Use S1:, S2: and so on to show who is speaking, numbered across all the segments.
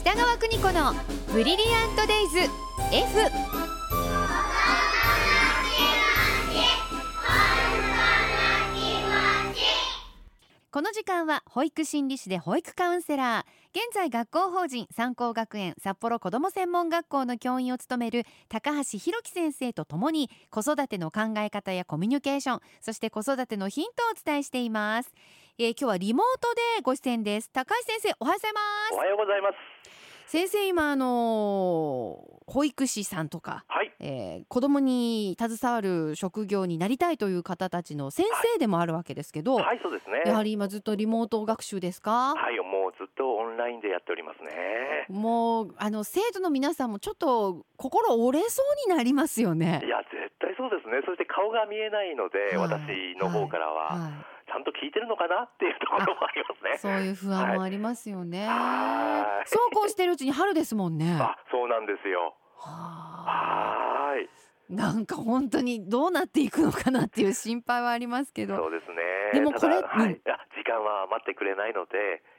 S1: 北川邦子のブリリアントデイズ F この時間は保育心理士で保育カウンセラー現在学校法人三高学園札幌子ども専門学校の教員を務める高橋弘樹先生とともに子育ての考え方やコミュニケーションそして子育てのヒントをお伝えしています、えー今日はリモートでご出演です高橋先生おはようございます
S2: おはようございます。
S1: 先生今あのー保育士さんとか、
S2: はい。
S1: えー子供に携わる職業になりたいという方たちの先生でもあるわけですけど、
S2: はい、そうですね。
S1: やは
S2: はい、
S1: り今ずっとリモート学習ですか、
S2: もうずっとオンラインでやっておりますね。
S1: もうあの生徒の皆さんもちょっと心折れそうになりますよね
S2: い。や、絶対そうですね。そして顔が見えないので、
S1: はい
S2: 私の方からは、
S1: は
S2: ちゃんと聞いてるのかなっていうところもありま
S1: い、
S2: す
S1: そ
S2: ね。
S1: ういう不安もありますよね。
S2: はい
S1: そうこうしてるうちに春ですもんね。は
S2: あ、そうなんですよ。
S1: あ
S2: はーい。
S1: なんか本当にどうなっていくのかなっていう心配はありますけど。
S2: そうですね。
S1: でもこれ
S2: ただは
S1: うん。
S2: いあ時間は待ってくれないので、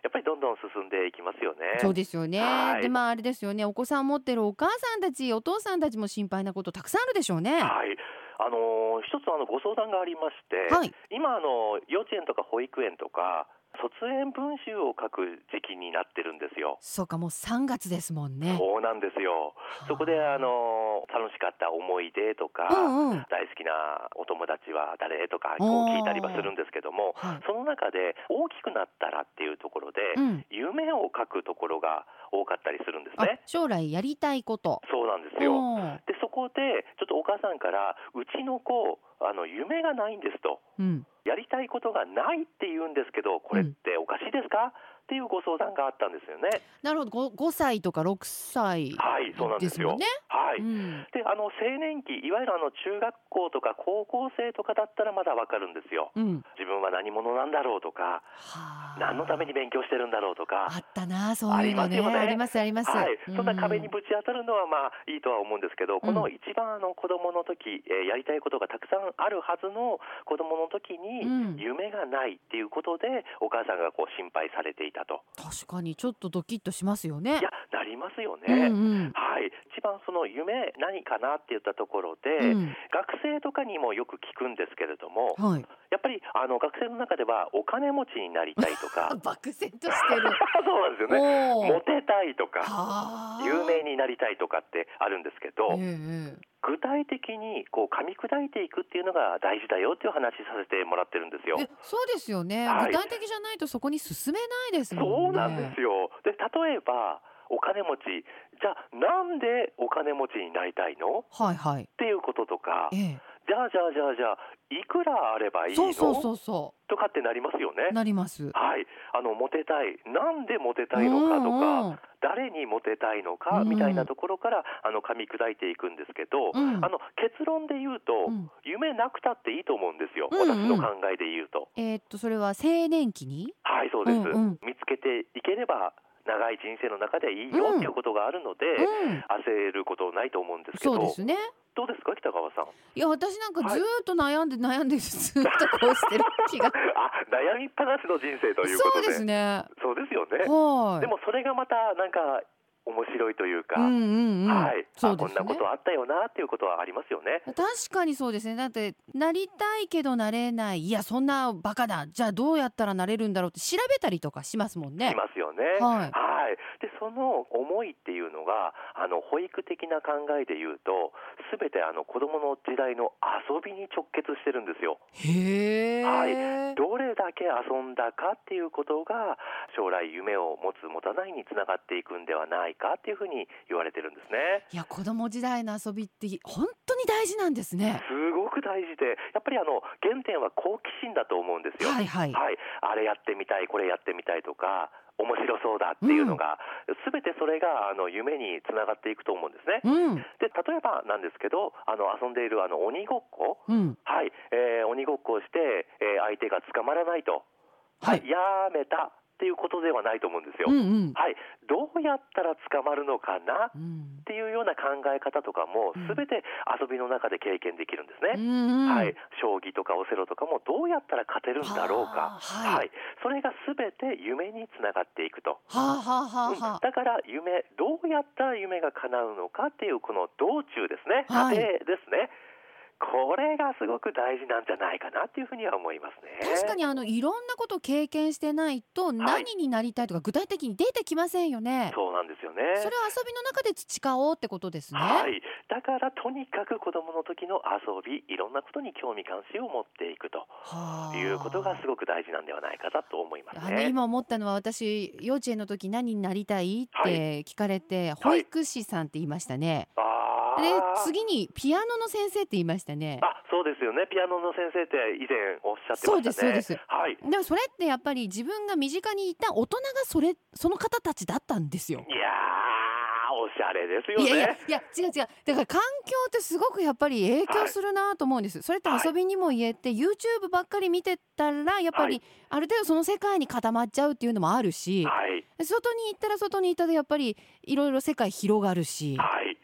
S2: やっぱりどんどん進んでいきますよね。
S1: そうですよね。
S2: はい
S1: でまああれですよね。お子さん持ってるお母さんたち、お父さんたちも心配なことたくさんあるでしょうね。は
S2: はい。あのー一つあのご相談がありまして、
S1: い。
S2: 今あの幼稚園とか保育園とか卒園文集を書く時期になってるんですよ。
S1: そうかもう3月ですもんね。
S2: そうなんですよ。そこであの楽しかった思い出と
S1: う
S2: か、
S1: んうん。
S2: 大好きなお友達は誰とかこう聞いたりはするんですけども、
S1: はい。
S2: その中で大きくなったらっていうところで、
S1: うん。
S2: 夢を書くところが多かったりするんです
S1: あ
S2: ね。
S1: 将来やりたいこと。
S2: そうなんですよ。
S1: お
S2: でそこでちょっとお母さんからうちの子あの夢がないんですと。
S1: うん。
S2: やりたいことがないって言うんですけど、これっておかしいですか、っていうご相談があったんですよね。
S1: なるほど。ご五歳とか六歳
S2: はい、そうなん
S1: で
S2: ですす
S1: も
S2: よ。
S1: んね。
S2: はい。
S1: うん。
S2: で、あの青年期、いわゆるあの中学校とか高校生とかだったらまだわかるんですよ。
S1: うん。
S2: 自分は何者なんだろうとか、
S1: はあ
S2: 何のために勉強してるんだろうと
S1: あ
S2: か。
S1: ったなそういうのね。あ
S2: あ
S1: り
S2: り
S1: ますあります。
S2: はい、そんな壁に
S1: う
S2: ぶち当たるのはまあいいとは思うんですけど、この一番あの子供の時、えーやりたいことがたくさんあるはずの子供の時
S1: う
S2: に、
S1: ん。
S2: 夢がないっていうことで、お母さんがこう心配されていたと。
S1: 確かにちょっとドキッとしますよね
S2: い。や、なりますよ
S1: うん
S2: ね。
S1: うん。
S2: はい、一番その夢何かなって言ったところで、
S1: うん。
S2: 学生とかにもよく聞くんですけれども、
S1: はい。
S2: やっぱりあの学生の中ではお金持ちになりたいと
S1: あ
S2: か、
S1: 漠然と してる。
S2: そうなんですよね。
S1: おお。
S2: モテたいとか、
S1: はあ。
S2: 有名になりたいとかってあるんですけど、
S1: ええ
S2: 具体的にこう噛み砕いていくっていうのが大事だよっていう話させてもらってるんですよ。
S1: えそうですよね、
S2: はい
S1: 具体的じゃないとそこに進めないです
S2: そ
S1: も
S2: うん
S1: ね。
S2: なんですよ。で、例えばお金持ち、じゃあなんでお金持ちになりたいの？
S1: はいはい。
S2: っていうこととか、
S1: ええ、
S2: じゃあじゃあじゃあじゃあいくらあればいいの
S1: そうそうそうそ
S2: とかってなりますよ
S1: う。
S2: ね。
S1: なります。
S2: はい、あのモテたい、なんでモテたいのかとか、誰にモテたいのか
S1: うん
S2: みたいなところから、あの噛み砕いていくんですけど、
S1: うんうんうん
S2: あの結論で言うと、
S1: うん
S2: 夢なくたっていいと思うんですよ、
S1: うんうん
S2: 私の考えで言うと。
S1: えーっとそれは青年期に。
S2: はい、そうです。
S1: うんうん
S2: 見つけていければ長い人生の中でいいよっていうことがあるので、
S1: うん。
S2: 焦ることないと思うんですけど、
S1: そうですね。
S2: どうですか北川さん。
S1: いや私なんかずーっと悩んで悩んでずーっとこうしてる気が。
S2: あ悩みっぱなしの人生というこ
S1: そう
S2: とで
S1: ですね。
S2: そうですよね、
S1: はい。
S2: でもそれがまたなんか面白いというか、
S1: うんうんうん。
S2: はい、
S1: そ
S2: あ
S1: うで
S2: こ
S1: す
S2: ん
S1: ね
S2: な。ことあったよなっていうことはありますよね
S1: 確かにそうですねだってなりたいけどなれないいやそんなバカだじゃあどうやったらなれるんだろうって調べたりとかしますもんね
S2: いますよね
S1: はい
S2: はいでその思いっていうのがあの保育的な考えで言うと全てあの子どもの時代の遊びに直結してるんですよ
S1: へえ、
S2: はどれだけ遊んだかっていうことが将来夢を持つ持たないにつながっていくんではないかっていうふうに言われてるんですね
S1: いや子供時代の遊びって本当に大事なんですね
S2: すごく大事で、やっぱりあの原点は好奇心だと思うんですよ。
S1: はいはい
S2: はい、あれやってみたい、これやってみたいとか、面白そうだっていうのが、すべ、てそれがあの夢につながっていくと思うんですね。
S1: うん
S2: で、例えばなんですけど、あの遊んでいるあの鬼ごっこ、
S1: うん
S2: はい、えー鬼ごっこをして、えー相手が捕まらないと、
S1: はい
S2: やめたっていうことではないと思うんですよ。
S1: うんうん
S2: はい、どううやったら捕まるのかなっ
S1: うん
S2: ていうような考え方とかも
S1: うん
S2: 全て遊びの中で経験できるんです
S1: う
S2: ね。
S1: んうん
S2: はい、将棋とかオセロとかもどうやったら勝てるんだろうか
S1: は、あはい
S2: はい、それが全て夢につながっていくと。
S1: はあはあはあはあ
S2: うんだから夢どうやったら夢が叶うのかっていうこの道中ですね過
S1: はい
S2: 程ですね、これがすごく大事なんじゃないかなっていうふうには思いますね
S1: 確かにあのいろんなことを経験してないと何になりたいとか具体的に出てきませんよね。
S2: そうなんですよね
S1: それを遊びの中で培おうってことですね。
S2: はい、だからとにかく子どもの時の遊びいろんなことに興味関心を持っていくと
S1: はあ
S2: いうことがすごく大事なんではないかなと思います
S1: あの
S2: ね。
S1: 今思ったのは私幼稚園の時何になりたいっ
S2: は
S1: て聞かれて、保育士さんって言いましたね。
S2: あ
S1: で
S2: ー
S1: 次にピアノの先生って言いましたね。
S2: あそうですよねピアノの先生って以前おっしゃってました
S1: そ
S2: ね。
S1: うですそうです
S2: はい
S1: でもそれってやっぱり自分が身近にいた大人がそれその方たちだったんですよ。
S2: いやーおしゃれですよ
S1: い
S2: ね。
S1: やいやいや違う違うだから環境ってすごくやっぱり影響するなと思うんです、それって遊びにも言えて YouTube ばっかり見てたらやっぱ
S2: は
S1: りある程度その世界に固まっちゃうっていうのもあるし
S2: はい
S1: 外に行ったら外に行ったでやっぱりいろいろ世界広がるし
S2: はい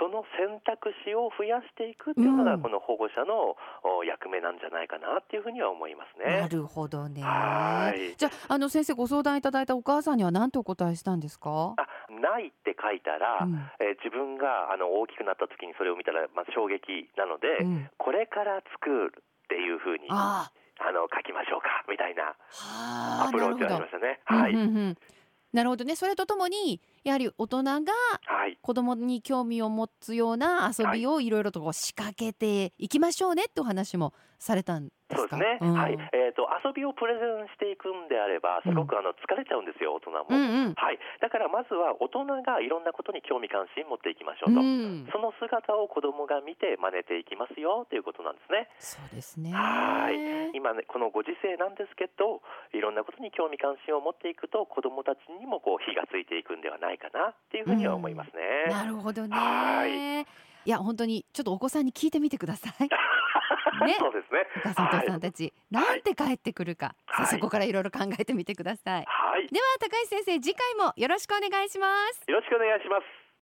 S2: その選択肢を増やしていくっていうのが、
S1: うん
S2: この保護者のお役目なんじゃないかなっていうふうには思います
S1: な
S2: ね。
S1: るほどね
S2: はい
S1: じゃああの先生ご相談いただいたお母さんには何てお答えしたんですか、
S2: あないって書いたら、
S1: うん
S2: えー自分があの大きくなった時にそれを見たら、まあ、衝撃なので、
S1: うん
S2: これから作るっていうふうにあ
S1: あ
S2: の書きましょうかみたいな
S1: あは
S2: ア
S1: あ
S2: プ
S1: な
S2: ロ
S1: る
S2: ー
S1: ほ
S2: チがあり
S1: ど
S2: ま。したね。
S1: うん、
S2: はいう
S1: んうんなるほどねそれとともにやはり大人が
S2: はい
S1: 子供に興味を持つような遊びをいろいろとこう仕掛けていきましょうねってお話もされたんで
S2: そう
S1: す
S2: です
S1: か。
S2: ね、
S1: ん
S2: はいえー、と遊びをプレゼンしていくんであればすごくあの疲れちゃうんですよ大人も、
S1: うんうん。
S2: はい、だからまずは大人がいろんなことに興味関心持っていきましょうと、
S1: うん、
S2: その姿を子どもが見て真似ていきますよということなんです
S1: そ
S2: ね
S1: うですね。
S2: はい今ねこのご時世なんですけどいろんなことに興味関心を持っていくと子どもたちにもこう火がついていくんではないかなっていうふうには思いますね、
S1: なるほど
S2: は
S1: ね。いや本当にちょっとお子さんに聞いてみてください。ね
S2: そうですね
S1: お母さんお父さんたち、なんて帰ってくるか、さあ
S2: はい
S1: そこからいろいろ考えてみてください。
S2: はい、はい、
S1: では高橋先生次回もよろしくお願いします。
S2: よろしくお願いします